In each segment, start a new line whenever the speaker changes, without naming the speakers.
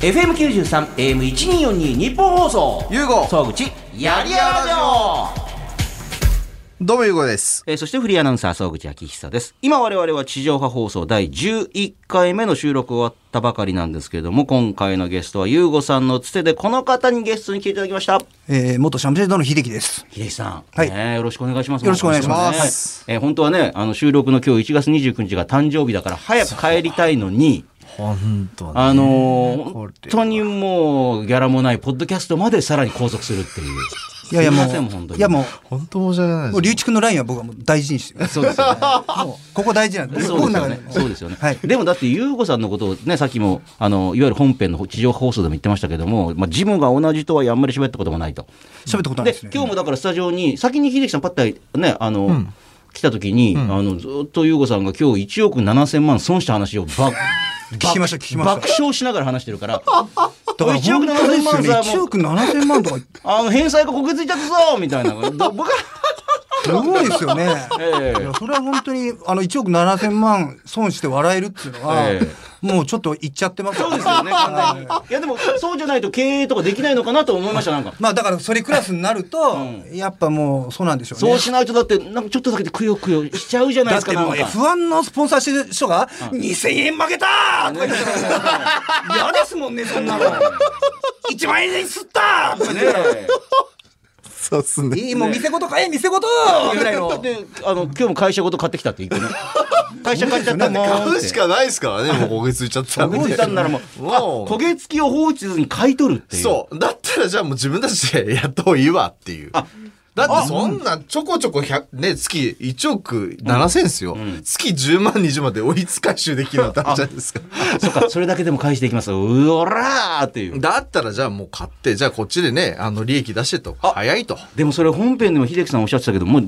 FM93、AM1242 日本放送。
ゆうご
総口、やりやらじょ
どうもゆうごです。
えーそしてフリーアナウンサー、総口昭久です。今我々は地上波放送第11回目の収録終わったばかりなんですけれども、今回のゲストは、ゆうごさんのつてで、この方にゲストに来ていただきました。
えー、元シャンプレードの秀樹です。
秀樹さん、
はい
ねえよろしくお願いします。
よろしくお願いし
ます
ねえー本当はね、あの収録の今日1月29日が誕生日だから早く帰りたいのに、
本当
あのー本当にもうギャラもないポッドキャストまでさらに拘束するっていう。
いやいやも
すません本当に
う、いやもう、
本当申し訳ない
もう、龍一君のラインは僕はもう大事にしてる。
そうですよね。
もうここ大事なんで、
そう
僕
で
の
すよ
中で
ね。。そうですよね。
はい
でもだって、ゆうごさんのことをね、さっきも、あの、いわゆる本編の地上波放送でも言ってましたけども、まあ、ジムが同じとはあんまり喋ったこともないと。
喋ったことな
で
いですね。
今日もだからスタジオに先に秀樹さんパッとねあの、来た時に、あのずっと優子さんが今日1億7000万損した話 をば
聞きました聞きました
爆笑しながら話してるから
だから
1億
本当ですよね
7000万
1億7000万とか、
あの返済がこけついちゃったぞみたいなど僕は
すごいですよね。いや
ええ
それは本当に、あの、1億7000万損して笑えるっていうのは
ええ、
もうちょっと言っちゃってます
そうですよね完全にいやでもそうじゃないと経営とかできないのかなと思いましたなんか。
まあだから、それクラスになると、やっぱもう、そうなんでしょうね。
そうしないとだってなんかちょっとだけでくよくよしちゃうじゃない
だ
です
っ
か
てもう
なんか
F1 のスポンサーしてる人が2000円負けたーとか言ってたら嫌ですもんねそん なの1万円にすったーとか言ってたら
ね
そうっすね。
いいもう店ごと買え店ごと
え
ぐらいの
であの今日も会社ごと買ってきたって言ってね会社買っちゃったもん
買うしかないですからね、もう焦げついちゃったんで
焦げついたんならもう、あ
もう
焦げ付きを放置せずに買い取るっていう。
そう。だったらじゃあもう自分たちでやった方がいいわっていう。
あ
だってそんなちょこちょこ100、ね、月1億7000ですよ。月10万20万で追いつ回収できるようになったんじゃない ですか。
そっか、それだけでも返していきます。うおらーっていう。
だったらじゃあもう買って、じゃあこっちでね、あの利益出してと。早いと。
でもそれ本編でも秀樹さんおっしゃってたけど、もう、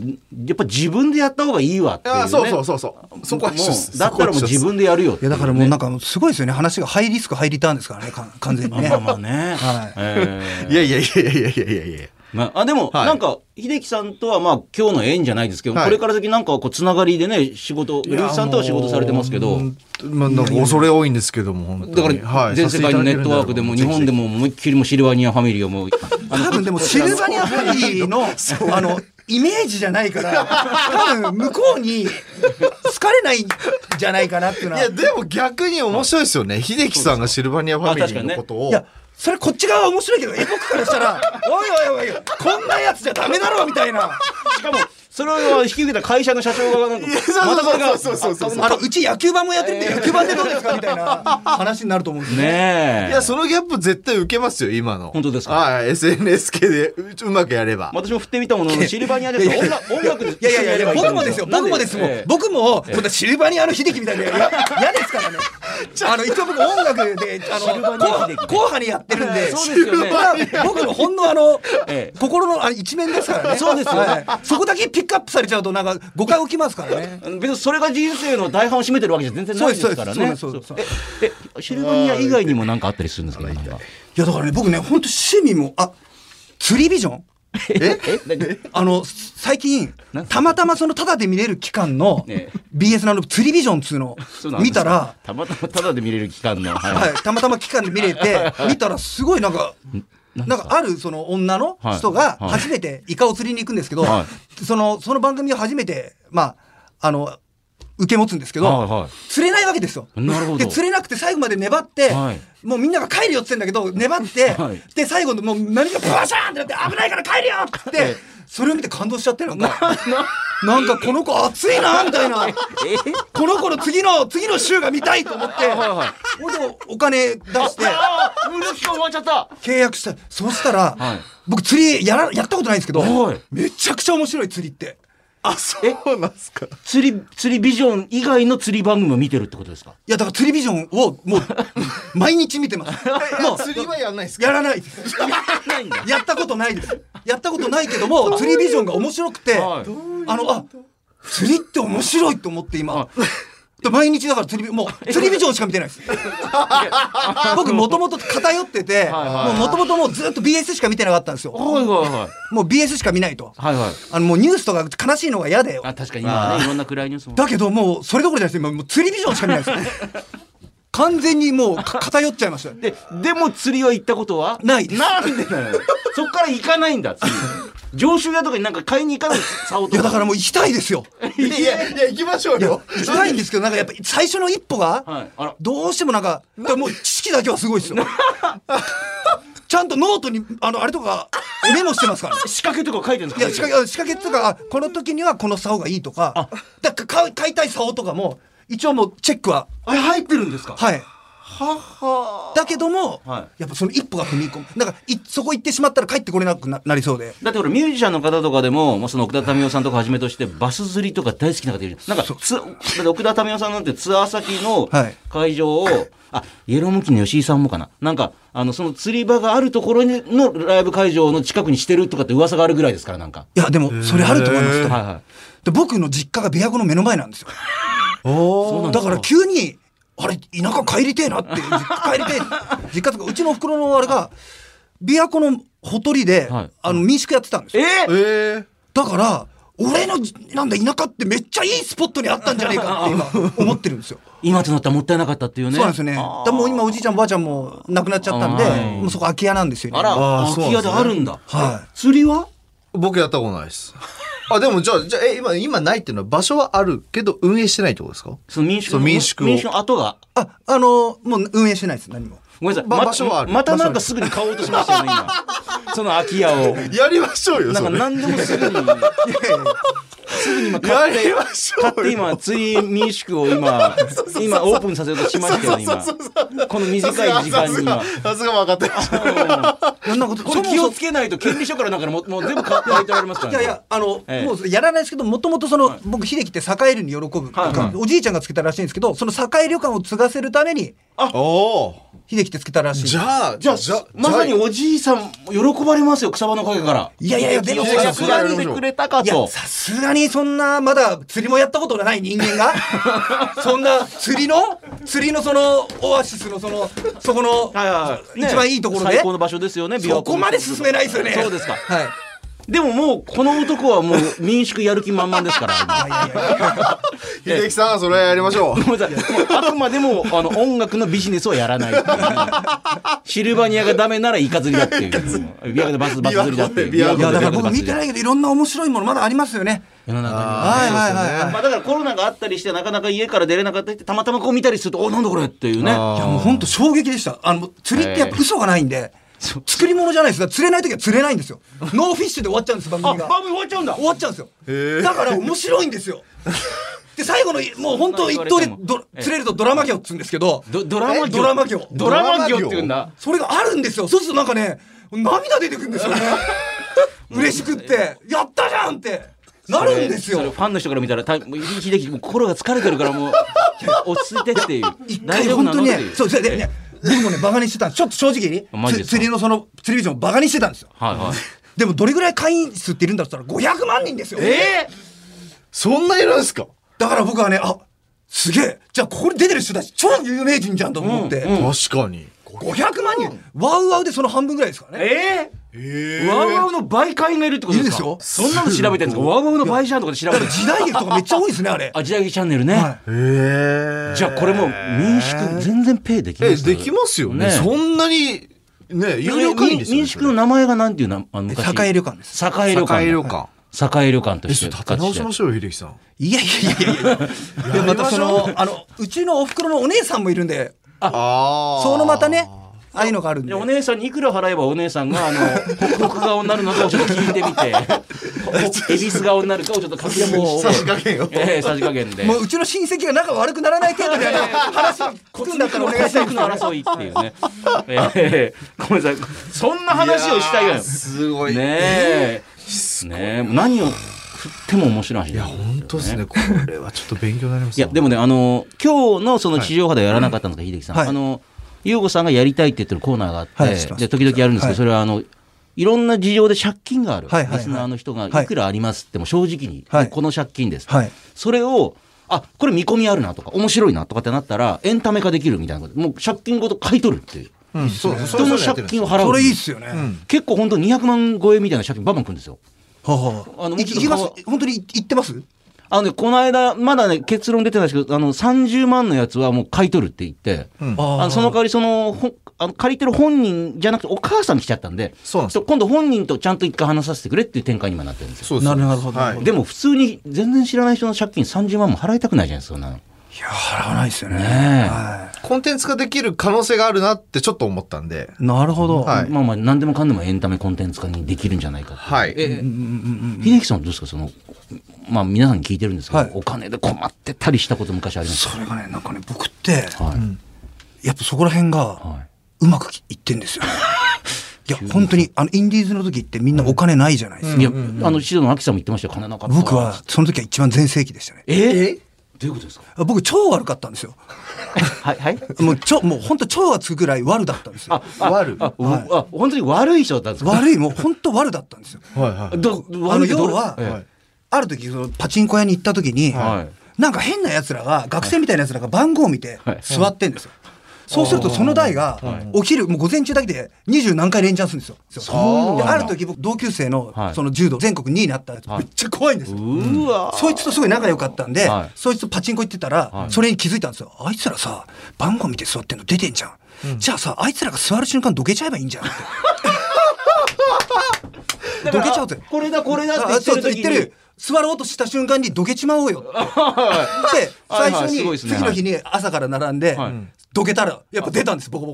やっぱ自分でやった方がいいわっていう、ね。
ああ、そうそうそうそう。そこは一緒
もうだったらもう自
分。
分でやるよって
いやだからもうなんかすごいですよね話がハイリスクハイリターンですからねか完全にね
まあまあね。
はい
え
いやいやいやいやいやいやいや。
ーまあ、あでも、
はい
なんか、秀樹さんとは、まあ、今日の縁じゃないですけど、
はい
これから先なんか、こう、つながりでね、仕事、ルースさんとは仕事されてますけど、
まあ、なんか恐れ多いんですけども、本
だ
当
か
には
ら、
い
全世界のネットワークでも、日本でも、思いっきりもうシルバニアファミリーをもう、あの
多分でもシルバニアファミリーのあのイメージじゃないから多分向こうに好かれないんじゃないかなっていうの
い
は
や、でも逆に面白いですよね。秀樹さんがシルバニアファミリーのことを。
いや、それこっち側は面白いけど、え、僕からしたら、おいおいおい、こんなやつじゃダメだろみたい な。
しかも、それを引き受けた会社の社長が、なんか、またこれが、
そうそうそうそうそうそうそう
あの、うち野球盤もやってるんで、野球盤でどうですかみたいな話になると思うんですよ
ねえ。
いや、そのギャップ絶対受けますよ、今の。
本当ですか
はい、SNS 系でううまくやれば。
私も振ってみたものの、シルバニアですから音楽音楽で
いやいやいや、僕もですよ、
なん
僕もですも
え
ん
え
僕も、こんなシルバニアの秀樹みたいな、いや嫌ですから ね。あの、一応僕音楽で、あ
シルバ
の、
ニア秀樹
後派にやってるんで、
そうですよね
シルバニア僕のほんのあの
ええ、
心のあの一面ですからね。
そうですよね
はいそこだけピックアップされちゃうと、なんか誤解起きますからね。
別にそれが人生の大半を占めてるわけじゃ全然ないですからね。
そうですそうですそうですそう
ええシルバニア以外にも何かあったりするんですかなんか
いやだからね僕ね本当趣味もあ釣りビジョン
え
え何
あのす最近
なん
たまたまそのタダで見れる期間の
ね
BS のあの釣りビジョンっつうの
そうなんです
見たら、
たまたまただで見れる期間 の。は
はいい、たまたま期間で見れて見たらすごいなんか。
なん
なんかあるその女の人が
はい
初めてイカを釣りに行くんですけど、
は
そのその番組を初めて、まあ、あの受け持つんですけど、
はいはい
釣れないわけですよ。
なるほど
で釣れなくて最後まで粘って、
はい
もうみんなが帰るよって言ってんだけど粘って、
はい
で最後のもう何かバシャーンってなって危ないから帰るよって言って、それを見て感動しちゃってなんか。 なんかこの子熱いなみたいなこの子の次の次の週が見たいと思ってほんでお金出して
ああ無料期間終わっちゃった
契約したそうしたら、
はい
僕釣りやらやったことないんですけど
はい
めちゃくちゃ面白い釣りって
あ、そうなんすか。
釣り、釣りビジョン以外の釣り番組を見てるってことですか
いやだから釣りビジョンをもう毎日見て ますもう
釣りはやんないですか
やらないです
ないんだ。
やったことないですやったことないけども釣りビジョンが面白くて、
はい
あのあ釣りって面白いと思って今。で毎日だから釣りビもう釣りビジョンしか見てないです。僕もともと偏ってて、もうもともともうずっと BS しか見てなかったんですよ。
はいはいはい。
もう BS しか見ないと。
はいはい。
あのもうニュースとか悲しいのが嫌で。
あ確かに今はねいろんな暗いニュースも。
だけどもうそれどころじゃないです今もう釣りビジョンしか見ないです。完全にもうか偏っちゃいました
で、でも釣りは行ったことは
ないです
なんでだよ。そっから行かないんだ、 釣り。上州屋とかになんか買いに行かない、竿
い
と。
やだかららもう行きたいですよ
いやいやいや行きましょうよ
行きたいんですけどなんかやっぱ最初の一歩が、
はいあら
どうしてもなんかだからもう知識だけはすごいですよ ちゃんとノートにあのあれとかメモしてますからね
仕掛けとか書いてるん
い
で
や
す
仕
か
掛け仕掛けっていうかあこの時にはこの竿がいいとかだから買う買いたい竿とかも一応もうチェックは
あれ入ってるんですか
はい
はは
だけども、
は
やっぱその一歩が踏み込むだからいそこ行ってしまったら帰ってこれなくななりそうで
だってほらミュージシャンの方とかでも、まあ、その奥田民生さんとかはじめとしてバス釣りとか大好きな方いるなんかつだって奥田民生さんなんてツアー先の
はい
会場を、あイエローモンキーの吉井さんもかななんかあのその釣り場があるところにのライブ会場の近くにしてるとかって噂があるぐらいですからなんか、
いやでもそれあると思います
は
よ
いはい、
で僕の実家が琵琶湖の目の前なんですよ
お
だから急にあれ田舎帰りてえなって実家帰り てえ実家とかうちの袋のあれが琵琶湖のほとりで、
はい
あの民宿やってたんですよ
え
ええ
だから俺のなんだ田舎ってめっちゃいいスポットにあったんじゃねえ かって今思ってるんですよ
今となったらもったいなかったっていうね
そうなんですよねだ
あ
からもう今おじいちゃんおばあちゃんも亡くなっちゃったんで、
はい
もうそこ空き家なんですよ、ね、
あら
あーそ
空
う
き
なん
家
です
で
ね
あるんだ、
は
釣りは
僕やったことないですあでもじゃあじゃあえ今今ないっていうのは場所はあるけど運営してないってことですか
その民宿
そ
の
う民宿を
民宿の後が
あ、あのもう運営してないです、何も。
ごめんなさい、
ば
ま
場所はある
またなんかすぐに買おうとしましたよね 今その空き家を
やりましょうよ
なんか
それ
何でもすぐに
やりましょう
買って今釣り民宿を今今オープンさせようとしましたよね今
そうそうそうそう
この短い時間に今
さすがさすが分かってました
いやなんか
これ気をつけないと権利書からなんかももう全部買ってられますか
い
ら
や
ね
いや、あの、
ええ
もうやらないですけど、もともとその、僕、秀樹って栄えるに喜ぶとか、
はいはい
おじいちゃんがつけたらしいんですけど、その栄旅館を継がせるために、
おお
秀樹ってつけたらしい。
じゃあ
じゃあまさにおじいさん喜ばれますよ草場の陰から
いやいやいや、で
よ
も、いう
や
や
や
くやってくれたか
や、
と
さすがにそんな、まだ釣りもやったことがない人間 が、そんな釣りの、釣りのその、オアシスのその、そこの、
はいはいはい
一番いいところで
最高の場所ですよね琵琶湖
そこまで進めないですよね。
そうですか
はい。
でももうこの男はもう民宿やる気満々ですから今
秀樹さんそれやりましょう
ごめんなさいもうあくまでもあの音楽のビジネスをやらないっていうねシルバニアがダメならイカ釣りだっていうビアでバスバス釣りだっていう
琵琶湖
いや、だ
琵琶
から
湖でバ
僕
ス釣
見
り
てないけど、いろんな面白いものまだありますよね。
世の中には
はいはいはいはい。
まあ、だからコロナがあったりしてなかなか家から出れなかったりってたまたまこう見たりすると「おなんだこれ」っていうね
いやもう本当衝撃でした。あの釣りってやっぱ嘘がないんで、作り物じゃないです。だから釣れない時は釣れないんですよ。ノーフィッシュで終わっちゃうんです番
あ
組
番
が。
組終わっちゃうんだ
終わっちゃうんですよ。だから面白いんですよ。で最後の もう本当一投でど釣れるとドラマ業っつうんですけど、
ドドラマ業
えドラマ業
ドラマ業っていうんだ
それがあるんですよ。そうするとなんかね涙出てくる んですよね。嬉しくってやったじゃんってなるんです
それ
よ
フ。ァンの人から見たらたもう秀樹もう心が疲れてるからもう落ち着いてっていう
一
大
回
丈夫
本
な
当
のっ
に
て
ね
いう、
そう、それでね、僕もね、バカにしてたんですちょっと正直に
マジで、すか
釣りのその、釣りビジョンをバカにしてたんですよ。
はいはい
でも、どれぐらい会員数っているんだって言ったら、500万人ですよ。
え
そんないるんですか
だから僕はね、あ、すげえ、じゃあここに出てる人たち、超有名人じゃんと思って、
確かに
500万人、ワウワウでその半分ぐらいですから
ー、
ね。
えー、ワウワウの倍会員がいるってことですか
いるんです
そんなの調べてるんですかワウワウの倍じゃんとかで調べて
だか
る
ら時代劇とかめっちゃ多いですね、 あれ。
あ時代劇チャンネルね、
は
ええ
じゃあこれもう民宿全然ペイできま
え
す
できますよね
ね
そんなにね有料会員ですよね
民宿の名前がなんていうなあの昔
栄旅館です。
栄旅
栄
館
旅
だ
館
栄旅館と
え
し
ちょ
て
っと立て直しましょうよ秀樹さん
いやいやいやいやいや。で、またその、あの、うちのお袋のお姉さんもいるんで、
あ
そのまたね、ああいうのがあるんで。
でお姉さんにいくら払えばお姉さん があのホクホク顔になるのかをちょっと聞いてみてほほ恵比寿顔になるかをちょっと確認を
さじ加減を
ええさじ加減で
もううちの親戚が仲悪くならない程度であの話を聞くんだ ったらお願いしたい
骨
で
肉
す
の
よね。
争いっていうね、ええごめんなさいそんな話をしたい
い
よ
やー
ね
すごい
えねえ何を振っても面白い話い
いや本当ですねこれはちょっと勉強になります
いやでもねあの今日のその地上波ではやらなかったんですが、秀樹さん、
はい
あの優吾さんがやりたいって言ってるコーナーがあって、
はい知ってます
で時々やるんですけど、
はい
それはあのいろんな事情で借金がある、
はいはいはい
リスナーの人が
はい
いくらありますっても正直に、
はい
この借金です、
はい
それをあこれ見込みあるなとか面白いなとかってなったらエンタメ化できるみたいなこともう借金ごと買い取るっていう
うんそうそ
人の借金を
を
払う
それいいっすよね。
結構本当200万超えみたいな借金バンバンくるんですよ
はあはあ
あの
いいきます。本当にい行ってます。
あのね、この間、まだね、結論出てないですけど、あの、30万のやつはもう買い取るって言って、
うん
あのその代わり、その、ほんあの借りてる本人じゃなくて、お母さん来ちゃったんで、
そうなんです
ちょ今度本人とちゃんと一回話させてくれっていう展開に今なってるんですよ。
そうで
な
す
るほどなるほど
はい
でも普通に全然知らない人の借金30万も払いたくないじゃないですか、そんなの。
いや、払わないですよね。
ねえ
は
コンテンツ化できる可能性があるなってちょっと思ったんで。
い。なるほど。
はい
まあまあ、何でもかんでもエンタメコンテンツ化にできるんじゃないかって
はい
え
うんうん
秀樹さんはどうですかその、まあ皆さんに聞いてるんですけど、
はい
お金で困ってたりしたこと昔あり
うん。
まし
それがね、なんかね、僕って、
た。はい。
やっぱそこら辺が、
は
うまくいってん ですよね。いや、本当に、あの、インディーズの時ってみんなお金ないじゃないです
い。い
か。
や、あの、シドの秋さんも言ってましたよ、金なかった。
僕は、、その時は一番全盛期でしたね。
えどういうことですか
僕、超悪かったんですよ。
はい、はい。
もう、超、もう本当超がつくぐらい悪だったんですよ。
悪。は
あ、あ本当に悪い人だったんですか
悪い、もう本当悪だったんですよ。
いはい。
ど
あ
悪
の
いど
要
れ
は、
え
ある時そのパチンコ屋に行った時に、
は
なんか変な奴らが学生みたいな奴らが番号を見て
はい
座ってんですよ、そうするとその台がお昼もう午前中だけで二十何回連チャンするんですよ
そうなんだ
である時僕同級生の
はい
その柔道全国2位になったやつ、
はい
めっちゃ怖いんです
え
よ、
うわ
そいつとすごい仲良かったんで、
はい
そいつとパチンコ行ってたら、それに気づいたんですよ。あいつらさ、番号見て座ってんの出てんじゃん。じゃあさ、あいつらが座る瞬間どけちゃえばいいんじゃ んって。どけちゃうぜ。
これだこれだって言
あ
って
そう
る時に
言ってる。座ろうとした瞬間にどけちまおうよって。で、
はい
最
はい
初
すごい
に、
ですね
次の日に朝から並んで
はい、
どけたら、やっぱ出たんです、ボコボ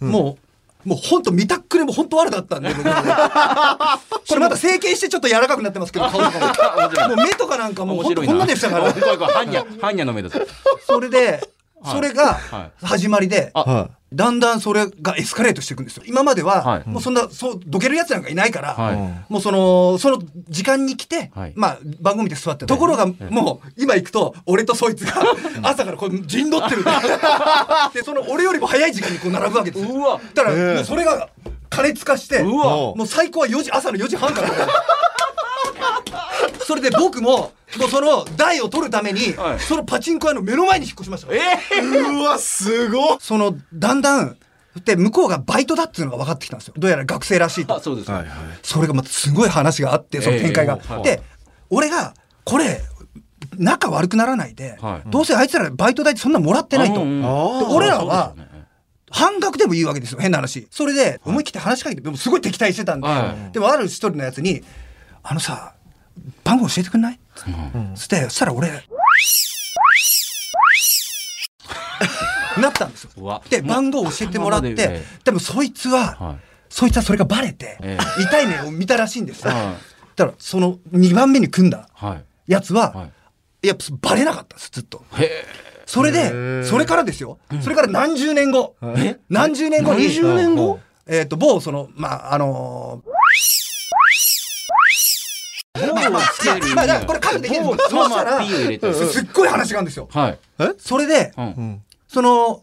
コ。もう、もう本当見たっくれも本当悪だったんで、僕 これまた整形してちょっと柔らかくなってますけど、顔とかも。もう目とかなんかもう
面
本当
白いな
こんなでしたから。
怖い怖い般若般若の目だぞ
それで、
はい
それが
はい
始まりで、
あ
は
だんだんそれがエスカレートしていくんですよ。今までは、
はい
もうそんな、そう、どけるやつなんかいないから、
はい
うん
もうその、その時間に来て、
はい
まあ、番組で座ってたところが、もう、今行くと、俺とそいつが、朝からこう、陣 取ってるんだで、その、俺よりも早い時間にこう、並ぶわけですよ。
うわ
だから、
ええ
もうそれが、加熱化して、
うわ
もう最高は4時、朝の4時半から。それで僕も、もうその、台を取るために、
はい
そのパチンコ屋の目の前に引っ越しました。
え
い。うわ、すごっ
その、だんだん、で、向こうがバイトだっていうのが分かってきたんですよ。どうやら学生らしい
ーあ
と。
そうです
はい
ね
はい。
それがまたすごい話があって、その展開が。
ええええは
で、俺が、これ、仲悪くならないで、
はい
どうせあいつらバイト代ってそんなもらってないと。
うんうん
で
あ
俺ら
そ
は
うですよね
半額でもいいわけですよ、変な話。それで、思い切って話しかけて、でもすごい敵対してたんで、
は
でもある一人のやつに、あのさ、番号教えてくんない
ん
つって、そした ら俺、なったんですよ。
うわ
で番号を教えてもらっ
もう
て
まだで
でもそいつは、
はい
そいつはそれがバレて、
え
痛い目を見たらしいんですよ、
は
だからその2番目に組んだ
はい
やつは、
は
やっぱバレなかったんですずっと
へえ
それでそれからですよ、それから何十年後、
え
何十年後に
何十年後
えっ、と某そのまああのーまあまあ
つける意味
まあだからこれカットできるんです
も
そううした
まあ
ら
ピー入れて
すっごい話があるんですよ
はい
それで、
う
うんん
その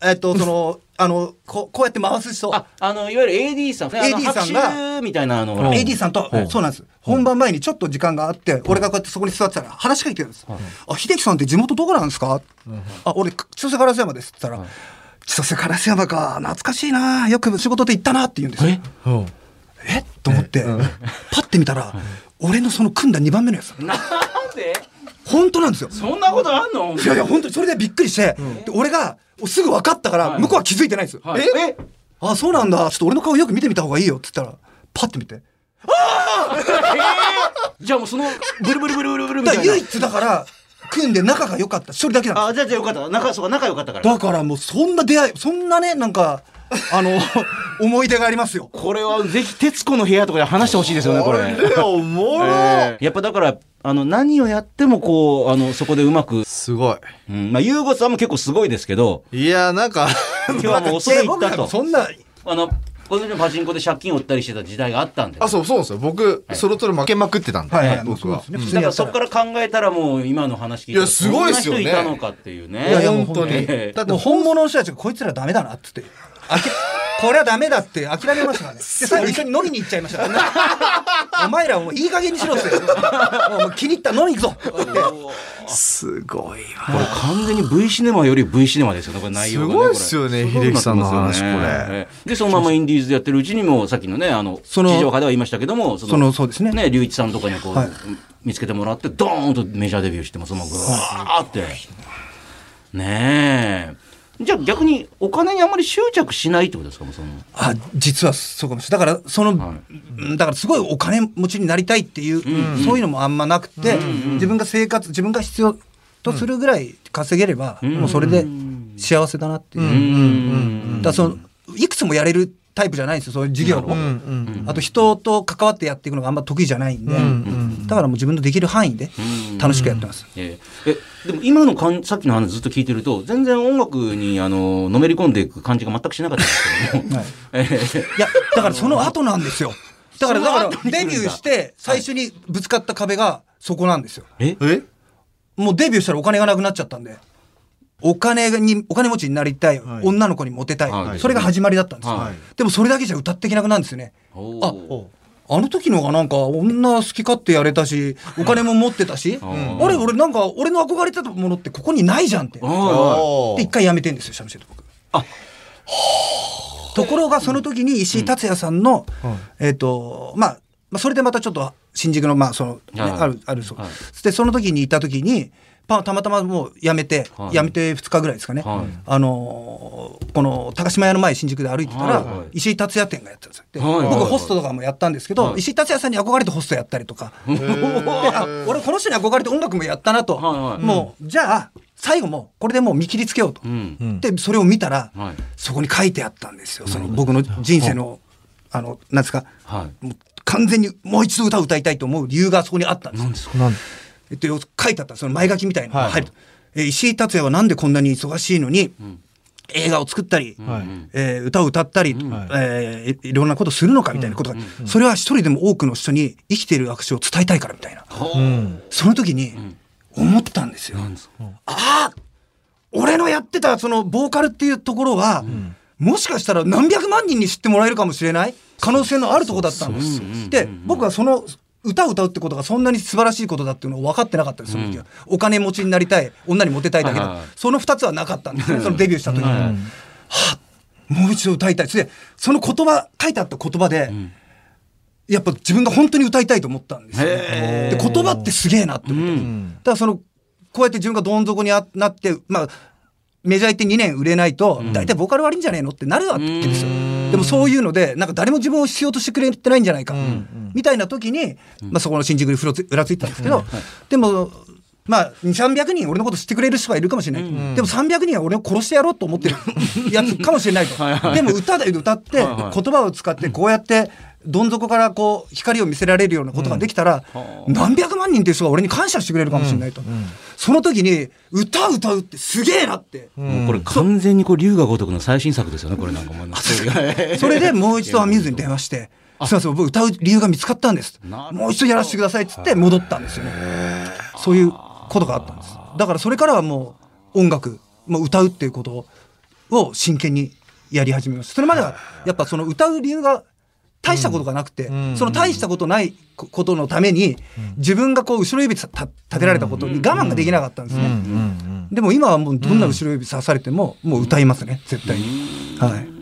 えっ、とそのあのここうやって回す人
ああのいわゆる AD さんねあの
AD さんが
拍手みたいなあのほら
AD さんと、
うん
そうなんです、本番前にちょっと時間があって、俺がこうやってそこに座ってたら話しかけてるんです、あ秀樹さんって地元どこなんですか、あ俺千歳烏山ですって言ったら、千歳烏山か懐かしいなよく仕事で行ったなって言うんですよ
え
うん
えと思って、パッて見たら、俺のその組んだ2番目のやつ
なんで
本当なんですよ
そんなことあんの
いやいや本当にそれでびっくりして、で俺がすぐ分かったから
い
向こうは気づいてないんですよ、
はい
えあそうなんだちょっと俺の顔よく見てみた方がいいよって言ったらパッて見て
じゃあもうそのブルブルブルブルブルみ
だ
た
から
いな
唯一だから組んで仲が良かった一人だけなんです
あじゃあじゃあよかった仲そうか仲良かったから
だからもうそんな出会いそんなねなんか あの思い出がありますよ
これはぜひ『徹子の部屋』とかで話してほしいですよねこれ。
れおも
えーやっぱだからあの何をやってもこうあのそこでうまく、
すごい。
うん、まあ優吾さんも結構すごいですけど
いや、なんか、
今日はもう恐れ入った
いや僕らも
と
そんな
あのこの時のパチンコで借金を負ったりしてた時代があったんで
あ、そう、そうなんですよ。僕、ソロトロ負けまくってたんで、
はいはい
僕は。
そうですね
だからそこから考えたらもう今の話聞いた
いやすごいっすよ
こ
ね
んな人いたのかっていうね
いやいや
本当
いや
に。
いや
だって
もう、本物の人たちがこいつらダメだなっつってあけ これはダメだって諦めましたからね。で、最後一緒に飲みに行っちゃいましたからね。 お前らもういい加減にしろって。もう気に入ったら飲みに行くぞって。
すごい
こ
わ。
れ完全に V シネマより V シネマですよね、これ内容が、ね。
すごいっすよね
これ
秀樹さんの話こ
す
れ。
ごいなってますよねで、そのままインディーズでやってるうちにも、さっきのね、あの、地
その
上波では言いましたけども、そ
そのそうですね
ね、龍一さんとかにこう、
はい
見つけてもらって、ドーンとメジャーデビューしても、そのままぐわーって。ねえ。じゃあ逆にお金にあまり執着しないってことですかもうその。
あ実はそうかもしれないだからその、うんだからすごいお金持ちになりたいっていう、そういうのもあんまなくて、自分が生活自分が必要とするぐらい稼げれば、もうそれで幸せだなっていう、だからそのいくつもやれるタイプじゃないんですよそういう事業を、あと人と関わってやっていくのがあんま得意じゃないんで、だからもう自分のできる範囲で楽しくやってます、
えええでも今のかんさっきの話ずっと聞いてると全然音楽にあののめり込んでいく感じが全くしなかったんです けども、
はい
ええ
いや、だからその後なんですよ。だから、だから
その後、に来る
デ
んだ
ビューして、最初にぶつかった壁がそこなんですよ。
え
え
もうデビューしたらお金がなくなっちゃったんで。お金に、お金持ちになりたい、
はい
女の子にモテたい,、
はい
それが始まりだったんですよ、
はい
でもそれだけじゃ歌っていけなくなるんですよね。
お
あ
ー
あの時のがなんか女好き勝手やれたし、お金も持ってた
ん
し、あれ俺なんか俺の憧れてたものってここにないじゃんって。
おー
お
で一
ー
回辞めてんですよ三味線と僕
あ
ところがその時に石井達也さんの、えっ、とまあまあそれでまたちょっと新宿のまあその、ね
はい
あるあるそう、
はい
でその時にいた時にパたまたまもう辞めて、
はい
辞めて2日ぐらいですかね、
はい
あのーこの高島屋の前新宿で歩いてた
は
ら、
いはい
石井達也店がやってたんですよで
はいはい
僕ホストとかもやったんですけど、
はい
石井達也さんに憧れてホストやったりとか、であ 俺この人に憧れて音楽もやったなと、
はいはい
もう、じゃあ最後もこれでもう見切りつけようと、
うん
でそれを見たら、
はい
そこに書いてあったんですよその僕の人生の、あのなんですか、
は
もう完全にもう一度歌を歌いたいと思う理由がそこにあったんですよ。
なん
えっと、書いてあったその前書きみたいなのが
はい
入ると、えー石井達也はなんでこんなに忙しいのに、映画を作ったり、
はい
えー歌を歌ったり、えーいいろんなことするのかみたいなことが、それは一人でも多くの人に生きている証を伝えたいからみたいな、
うん
その時に思ったんですよ。
い。
ああ俺のやってたそのボーカルっていうところは、もしかしたら何百万人に知ってもらえるかもしれない可能性のあるところだったんです。で僕はその歌を歌うってことがそんなに素晴らしいことだっていうのを分かってなかったです、その時は。お金持ちになりたい、女にモテたいだけ
はい
だ
はい。
その2つはなかったんですね、そのデビューした時に。はあもう一度歌いたい。それで、その言葉、書いてあった言葉で、やっぱ自分が本当に歌いたいと思ったんですよね、
へ
で言葉ってすげえなって思った、だからそのこうやって自分がどん底にあなって、まあ、メジャー行って2年売れないと大体ボーカル悪いんじゃねえのってなるわけですよ。でもそういうのでなんか誰も自分を必要としてくれてないんじゃないか、みたいな時に、まあ、そこの新宿にふろつ裏ついたんですけど、でも。まあ、2、300人俺のこと知ってくれる人はいるかもしれない。でも300人は俺を殺してやろうと思 ってるやつかもしれないと。でも歌で歌っ
は
て、
いはい
言葉を使ってこうやってどん底からこう光を見せられるようなことができたら、何百万人っていう人が俺に感謝してくれるかもしれないと、その時に歌を歌うってすげえなって、
もうこれ完全にこう龍が如くの最新作ですよねこれなんかもう
それでもう一度アミューズに電話して「すいません僕歌う理由が見つかったんです」
なるほど
もう一度やらせてください」っつって戻ったんですよねそういうことがあったんですだからそれからはもう音楽もう歌うっていうことを真剣にやり始めましたそれまではやっぱその歌う理由が大したことがなくて、その大したことないことのために、自分がこう後ろ指立立てられたことに我慢ができなかったんですね、でも今はもうどんな後ろ指刺されても、もう歌いますね絶対に、はい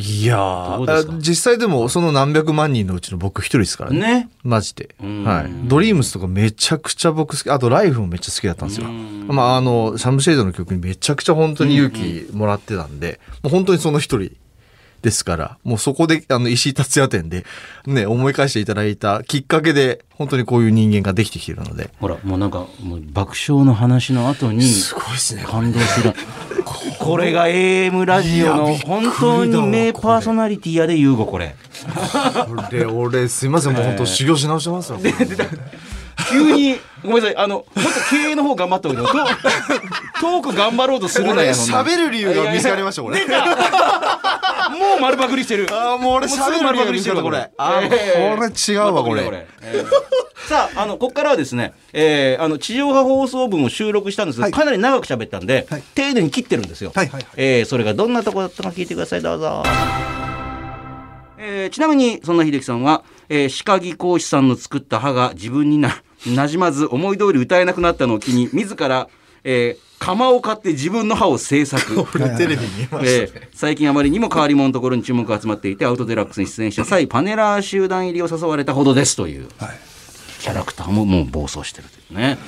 いや
どうですか
ー実際でもその何百万人のうちの僕一人ですからね
ね
マジで。
ん
はい。ドリームスとかめちゃくちゃ僕好き。あと、ライフもめっちゃ好きだったんですよ。まあ、あの、シャムシェイドの曲にめちゃくちゃ本当に勇気もらってたんで、もう本当にその一人ですから、もうそこで、あの、石井達也店で、ね、思い返していただいたきっかけで、本当にこういう人間ができてきているので。
ほらもうなんかもう爆笑の話の後に
すごいですね。
感動するこれが AM ラジオ
い
の
やびっくりだわ
本当に名パーソナリティやで優吾これ
これ、俺、すいません。もう本当修行し直してますわ。
急にごめんなさいあのもっと経営の方頑張っておいてトートーク頑張ろうとするな
俺、
よ
喋る理由が見つかりました、これ。
もう丸パクリしてる
ああ、もう俺
もうすぐ
喋る理由が見つかっ
丸パクリしてる
た、こ
わこれ
れ。あーこれ違うわ、こ
丸パクリだこ
れ。
れえ さあ、あの、ここからはですね、えー、あの、地上波放送分を収録したんですが、
はい
かなり長く喋ったんで、
はい
丁寧に切ってるんですよ。
はいはいはい
えーそれがどんなとこだったのか聞いてください、どうぞ。えーちなみに、そんな秀樹さんは、えー、歯科技講師さんの作った歯が自分にな、馴染まず、思い通り歌えなくなったのを機に、自ら、えー、釜を買って自分の歯を制作。
これテレビにいました
えー最近あまりにも変わり者のところに注目が集まっていてアウトデラックスに出演した際パネラー集団入りを誘われたほどですという
はい
キャラクターももう暴走してるというね。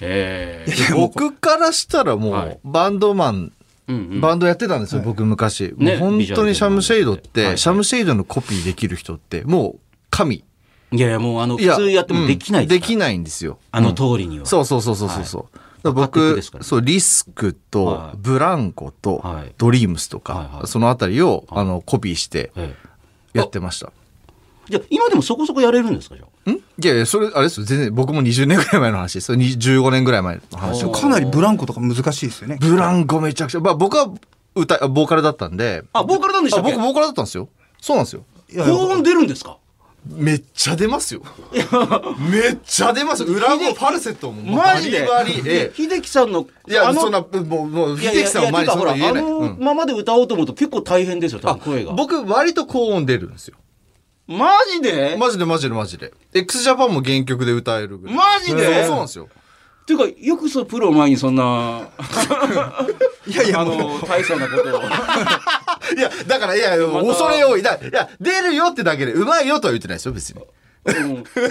えー
僕からしたらもう、
はい
バンドマン
うんうん
バンドやってたんですよ、僕昔、
ね
もう本当にシャムシェイドっ
ビジュアルで
て、
はい
シャムシェイドのコピーできる人ってもう神
いやいやもうあの普通やってもできない
うんですきないんですよ
あの通りには。
そうそうそうそうそうそう、だから
若手
僕
ですからね
そうリスクと
はい
ブランコと
はい
ドリームスとか、
はいはい
そのあたりをあのコピーして
え
やってました、
えじゃあ今でもそこそこやれるんですかじゃ
んいやいやそれあれですよ全然僕も20年ぐらい前の話ですそれに15年ぐらい前の話
おー
かなりブランコとか難しいですよね
ブランコめちゃくちゃ、まあ、僕は歌ボーカルだったんで
あ。あボーカルなんでした
あ
っけ
僕ボーカルだったんですよそうなんですよ
いや
高音出るんですか
めっちゃ出ますよ。めっちゃ出ます。裏もファルセットも。
マジで
バリバリええ
秀樹さんの
いや、
あの
そんな、もう、もう、
いや
秀
いや
樹さんを前に
いや
そ
てかほら
んな言えない。
あ
う
の
ん
ままで歌おうと思うと結構大変ですよ多分声が。
僕、割と高音出るんですよ。
マジで
マジでマジでマジで。x ジャパンも原曲で歌えるぐらい。
マジで
そうそうなんですよ。
っていうかよくそうプロを前にそんな
いやいや
あ
もう
の大層なことを
いや、だから、いや、いや
また
恐れ多い。だいや、出るよってだけで、うまいよとは言ってないですよ、別に。
うんそれ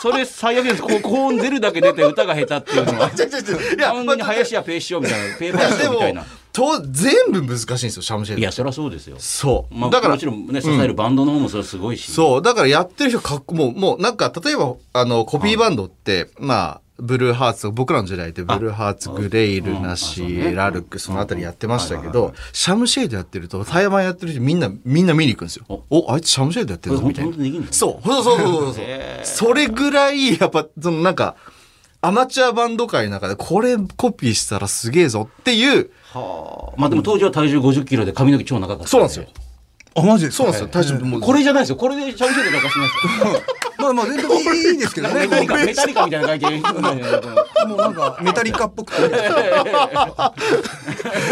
それ最悪ですこう高音出るだけ出て歌が下手っていう のは
ちょちょちょいや、
完
ま
全
あ
に林家ペーシオみたいなペーパ
いや
ーシ
で
オみたい
も
な、
と、全部難しいんですよ、シャムシェ
い
イド。
やそりゃそうですよ、
そう。
まあ、
だから、
もちろんね支えるバンドの方もそれすごいし、
そう。だからやってる人かっこ、もう、もうなんか、例えば、あの、コピーバンドって、まあ、ブルーハーツとか、僕らの時代って、ブルーハーツ、グレイル、ナシ
うんあそうね
ラルク、そのあたりやってましたけ
はいはいは
ど、シャムシェイドやってると、台湾やってる人みんな、みんな見に行くんですよ。お、あいつシャムシェイドやってるぞ、
これ
みたい
本当にできんの
な。そう。そうそうそうそうそう。それぐらい、やっぱ、そのなんか、アマチュアバンド界の中で、これコピーしたらすげえぞっていう、
はあまあでも当時は体重5 0キロで髪の毛超長かった、
そうなんですよ。
あマジです
そう
か
なんですよ。大丈夫。もう
これじゃないですよこれでシャムシェルでかしますよ
まあまあ全然いいいいですけど
メ
ね
タリカメタリカみたいな外見
もうなんかメタリカっぽくて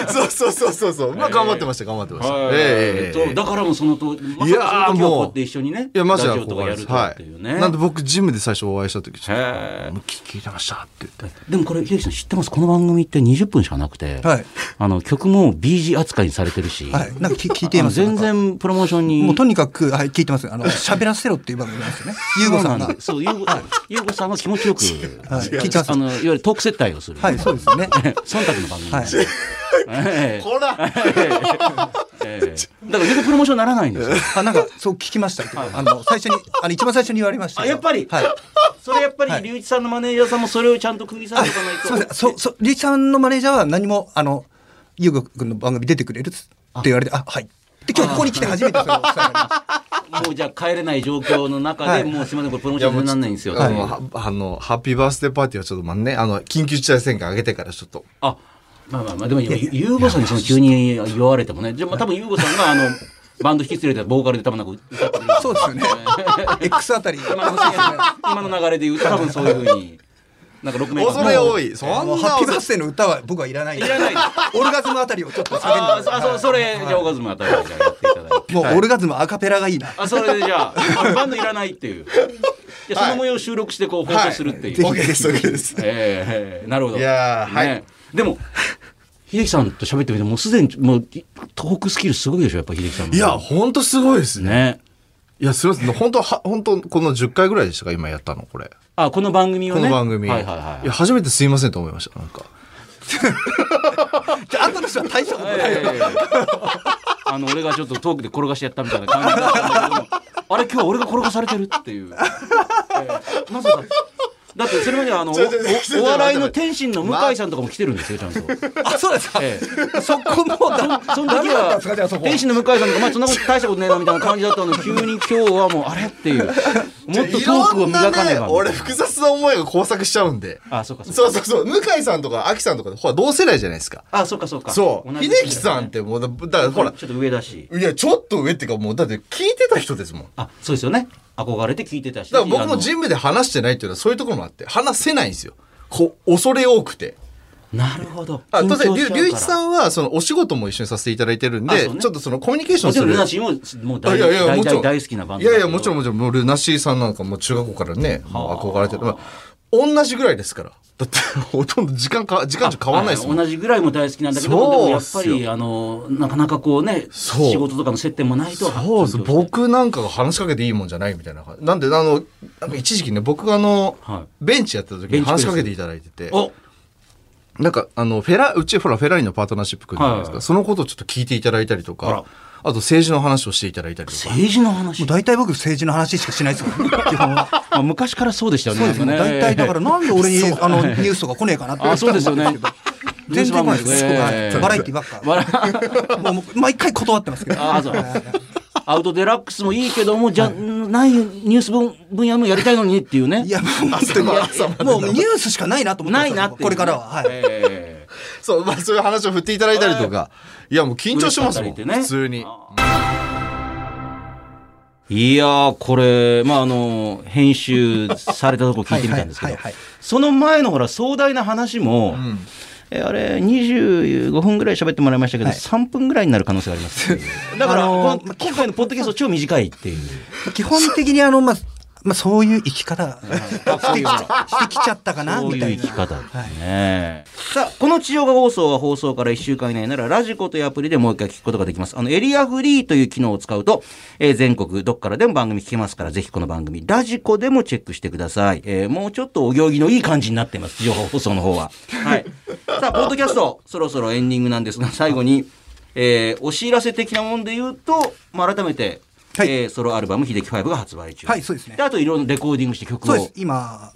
そうそうそうそうそう。まあ頑張ってました、頑張ってました。
はい
ええ
とだからもうそのと、ま、
い
その時
やー
はこう
もう
やって一緒にね
いや、マジで
ラジオとか
憧
や
れで
る
す
とかっていうね、
はい。なんで僕、ジムで最初お会いした時、ちょっ
へ
と、もう聞聞いてましたって言って。
でもこれ、秀樹さん知ってますこの番組って20分しかなくて、
はい
あの、曲も BG 扱いにされてるし、
はいなんかき聞いています
あの全然プロモーションに。
もうとにかく、はい、聞いてます。あの、喋らせろっていう番組なんですよね。ゆうごさ
そう
んが。
なんですそう、ゆうご、ゆうごさんが気持ちよく、
はい聞いてます
あの、いわゆるトーク接待をする。
はい、そうですね。
忖度の番組です。
はい
ええ
ほら
ええだから全然プロモーションにならないんですよ。
あ、なんか、そう聞きましたけど、あの、最初に、あの、一番最初に言われましたよ。
あやっぱり
はい。
それやっぱり、
はい
隆一さんのマネージャーさんもそれをちゃんと釘刺
あ、
していかないと。
すみません。そ、そ、りーちゃんのマネージャーは何も、あの、ゆうごくんの番組出てくれるっつって言われて、あ、はい。で、今日ここに来て初めてそれを伝えられました。
もうじゃあ帰れない状況の中で、
はい
もうすみません、これプロモーションにならないんですよ。
あの、はあの、ハッピーバースデーパーティーはちょっとまあね、あの、緊急事態宣言上げてからちょっと。
あまあまあまあでもゆゆうごさんにその急に言われてもねじゃあまあ多分ゆうごさんがあのバンド引き連れてボーカルで多分なんか歌ってる
そうです よね。X あたり。
今の今の流れで言うと多分そういうふうになんか6名
恐れ多い。そんな
あの、ハッピーバースデーの歌は僕はいらない。い
らないです。
オルガズムあたりをちょっと叫んで
あ
も
あそうそれじゃあオガズムあたりじゃあやっていただいて
もうオルガズムアカペラがいいな。
あそれでじゃああバンドいらないっていうじゃあその模様を収録してこう放送するっていう、
OK です、OK です。
ええええなるほど。
いやーはい
ねでも、秀樹さんと喋ってみて、もうすでに、もう、トークスキルすごいでしょ、やっぱ秀樹さんも
いや、、ほんとすごいですね。
ね。
いや、すみません。本当は、本当この10回ぐらいでしたか、今やったの、これ。
あ、この番組を
こ
ね。
の番組。
はいはいはい。
いや、初めてすいませんと思いました、なんか。
じゃあ、後の人は大したことない。
ええあの、俺がちょっとトークで転がしやったみたいな感じだったんだけどもあれ、今日俺が転がされてるっていう。ええまさか。だってそれまではあのお
ちょちょちょちょ
おお笑いの天心の向井さんとかも来てるんですよちゃんと。
あ、そうですか。
ええ
そこもだ、
その時
ダメだ
は
ったんですかじゃあそこ
天使の向井さんとか、まあ、そんなこと大したことねえなみたいな感じだったのに急に今日はもうあれっていうもっとトークを磨かね
いろんな
ば
ね俺複雑な思いが交錯しちゃうんで。
あそうかそうか
そうそうそう。向井さんとか、秋さんとか、ほら、同世代じゃないですか。
あそうかそうか
そう。
同じ
秀樹さんってもう、だだから、ほら、
ちょっと上だし
いや、ちょっと上っていうか、もう、だって聞いてた人ですもん。
あそうですよね憧れて聞いてたし。
だから僕も
あの
ジムで話してないっていうのはそういうところもあって、話せないんですよ。こう、恐れ多くて。
なるほど。
あ、当然、
緊張
りゅ
しちゃうから
ういちさんは、その、お仕事も一緒にさせていただいてるん
あ
で、
そうね
ちょっとその、コミュニケーショ
も
ンす
ちろん
る。
ルナシーももう大
いやいや
大
もちろ
大
ん
大好きなバン
い
ドだ
や
けど
いや、もちろんもちろん、もうルナシーさんなんかもう中学校からね、もう憧れてる。まあ、同じぐらいですから。だって、 ほとんど時間か、時間じゃ変わんないですもん。
同じぐらいも大好きなんだけど
そう
もでもや
っ
っ
す
ぱ
よ
りあのなかなかこうね
そう
仕事とかの接点もないと
そうです。
緊張して
僕なんかが話しかけていいもんじゃないみたいな感じ。なんで、あの、なんか一時期ね、僕があの、
は
ベンチやってた時
ベ
に
ンチプレス
話しかけていただいてて、
お
なんか、あの、フェラ、うちほら、フェラーリのパートナーシップ組んでるじゃないです
はい
か。そのことをちょっと聞いていただいたりと
あ、
からあと政治の話をしていただいたり とか。
政治の話
もう大体僕政治の話しかしないですよ 基本は
まあ昔からそうでしたよね
そうですね大体だからなんで俺にあのニュースとか来ねえかなって
あそうですよね
全然来ないです
ええ
はいバラエティばっか
笑
もうもう毎回断ってますけ ど
あそうアウトデラックスもいいけどもじゃないニュース分分野もやりたいのにっていうね
いやもう本当にもうニュースしかないなと思って
な
ます
いなっていうね
これからははい
ええ
そう、まあそういう話を振っていただいたりとか。いや、もう緊張しますも
嬉しかったり
ん。
ってね
普通に。
いやーこれまああの編集されたとこ聞いてみたんですけど
はいはいはいはい
その前のほら壮大な話も、えあれ25分ぐらい喋ってもらいましたけど、
はい
3分ぐらいになる可能性がありますっていう だから、
あのー
この今回のポッドキャスト超短いっていう
基本的にあのまあまあそういう生き方してきちゃしてきちゃったかな
そう
みた
い
いうな
生き方ですね、さあこの地上波放送は放送から1週間以内ならラジコというアプリでもう一回聞くことができますあのエリアフリーという機能を使うと、えー全国どっからでも番組聞けますからぜひこの番組ラジコでもチェックしてください、えーもうちょっとお行儀のいい感じになってます地上波放送の方ははいさあポッドキャストそろそろエンディングなんですが最後に、えーお知らせ的なもんで言うと、まあ、改めて、
はい
えーソロアルバム「秀樹5」が発売中
はいそうですね
あといろいろレコーディングして曲
そ
を
うです今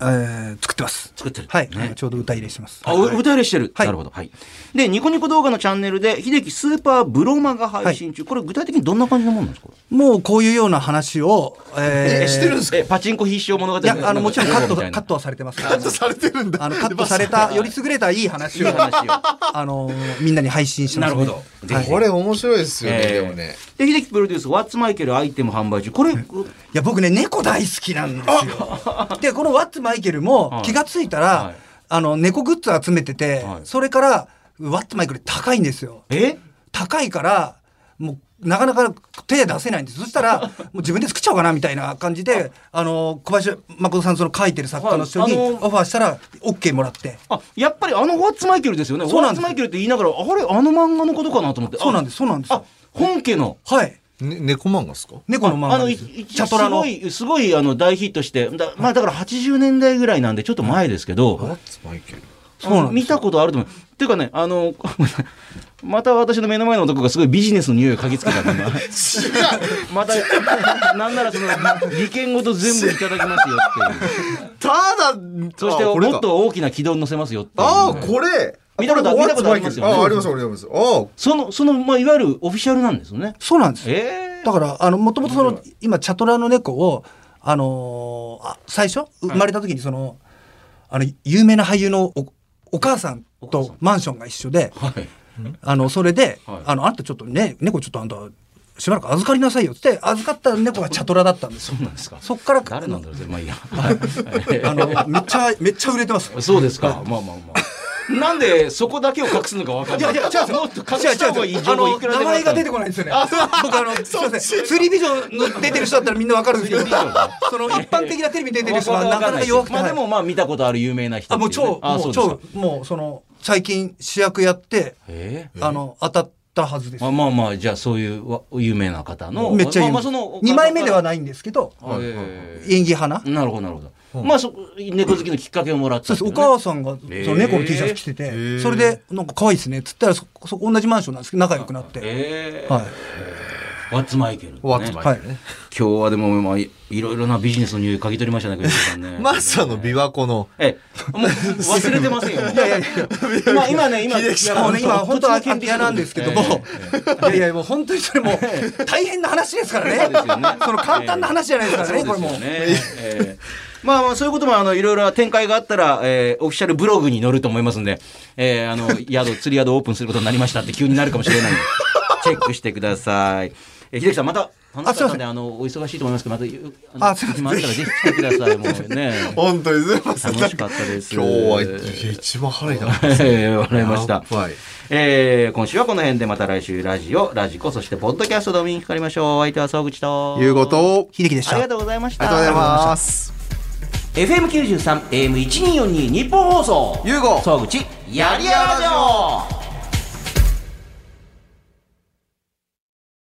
えー作ってます
作ってる
はい
ね
ちょうど歌入れしてます
あ、お歌入れしてる。
はい
なるほど。はい。で、ニコニコ動画のチャンネルで、秀樹スーパーブロマが配信中。これ具体的にどんな感じのものなんですか
もうこういうような話を、えー
え、してるんですか
え、パチンコ必勝物語
いや、あの、もちろんカ
み
ット、カ
たいな
ットはされてます。
カットされてるんだ。
あの、カットされた、より優れたいい話を、
話 を。
あの、みんなに配信してます、ね。
なるほど
はい、
ぜひ
これ面白いですよね、
え
で
ー
もね。
で、秀樹プロデュース、ワッツマイケルアイテム販売中。これ、
いや、僕ね、猫大好きなんですよ。で、このワッツマイケルも
はい
気がついたら、
はい
あの、猫グッズ集めてて、
はい
それから、ワッツマイケル高いんですよ。
え
高いから、もう、なかなか手出せないんです。そした ら、もう自分で作っちゃおうかな、みたいな感じで、あの、小林誠さん、その書いてる作家の人に
はいあの
オファーしたら、OK もらって。
あ、やっぱりあのワッツマイケルですよね。ワ
そうな
ッ
ん
ツ
です
マイケルって言いながら、あれ、あの漫画のことかなと思って。あ
そうなんです、。そうなんです
あ
よ。、
本家の。
はい。
ね、猫漫画ですか
猫の漫
あ
画
の、い
です。
い
チャトラの。
すごい、すごい、あの、大ヒットして、だまあ、だから80年代ぐらいなんで、ちょっと前ですけど、
ワッツマイケル。
そうなんですよ
見たことあると思う。っていうかね、あの、 ごめんなさいまた私の目の前の男がすごいビジネスの匂いを嗅ぎつけたんで、今。また、なんならその、利権ごと全部いただきますよ っていう。
ただ、
そして、
あこれか
もっと大きな軌道に乗せますよっていう。
ああ、これ。
見たことあ
これ
見たことありますよね
あ、あります、あります。ああ、
その、その、まあ、いわゆるオフィシャルなんですよね。
そうなんですよ。
ええ
だから、あの、もともとその、今、チャトラの猫を、あのーあ最初、生まれた時に、その、あの、有名な俳優のおお母さんとマンションが一緒で、
はい。
あの、それで、
はい
あの、あんたちょっとね、猫ちょっとあんた、しばらく預かりなさいよってって、預かった猫がチャトラだったんですよ。
そうなんですか。
そっから、
誰なんだろう、まあいい や。
あの、めっちゃ、めっちゃ売れてます。
そうですか。まあまあま あ。なんで、そこだけを隠すのかわかん
い
な
や
い。
いや、違う
もっと隠した方がいい情
あ
報い
の、
くらで
名
もあっ
前
た
が
んで
出てこないんですよね。僕、あの、すいません。釣りビジョンに出てる人だったらみんなわかるんですけど、その、一般的なテレビに出てる人はなかなか弱くて。
まあでもまあ見たことある有名な人
あ、
っていう
も
ね、
超、
あ
も
そううですか
超、もうその、最近主役やって、
え
あの、当たったはずです
まあ。まあまあじゃあそういうわ有名な方の
めっちゃいい。
まあまあその
2枚目では
ない、
ないんですけど、
あええ
演技派な。
なるほどなるほど、まあそ猫好きのきっかけをもらった
そうです。お母さんが、その猫の T シャツ着てて、それで、なんか可愛いですね。つったら、そ、そ、同じマンションなんですけど、仲良くなって。
ええ
はい。
ワッツマイケル、ね、
ワッツマイケルね。
今日はでもまあいいろいろなビジネスの匂い嗅ぎ取りま したね栗田さんね
まさの琵琶湖の。
ええもう忘れてません よいやいやいや今今ね今
いやもうね、今、本当は空き家なんですけども、
ええ
いやいや、もう本当にそれもう、大変な話ですからね。
そうですよね
その簡単な話じゃないですからね、これもう。
ええまあまあそういうこともあのいろいろな展開があったら、えーオフィシャルブログに載ると思いますんで、え ーあの宿釣り宿オープンすることになりましたって急になるかもしれないんでチェックしてください。え秀樹さんまた田中
すい
さ
ませ
ん
ん
であのお忙しいと思いますけどまたゆあの
あすいませ
暇あった
ん
らぜひ来てください もうね
本当にすいません。
楽しかったです
今日は一番腹痛 かったですね。
えー笑いました
やばい
えー今週はこの辺でまた来週ラジオラジコそしてポッドキャストでお目にかかりましょうお相手は総口と
いうことを。
秀樹でした
ありがとうございました
ありがとうございます。
FM93AM1242 日本放送
ゆうご
総口やりやろう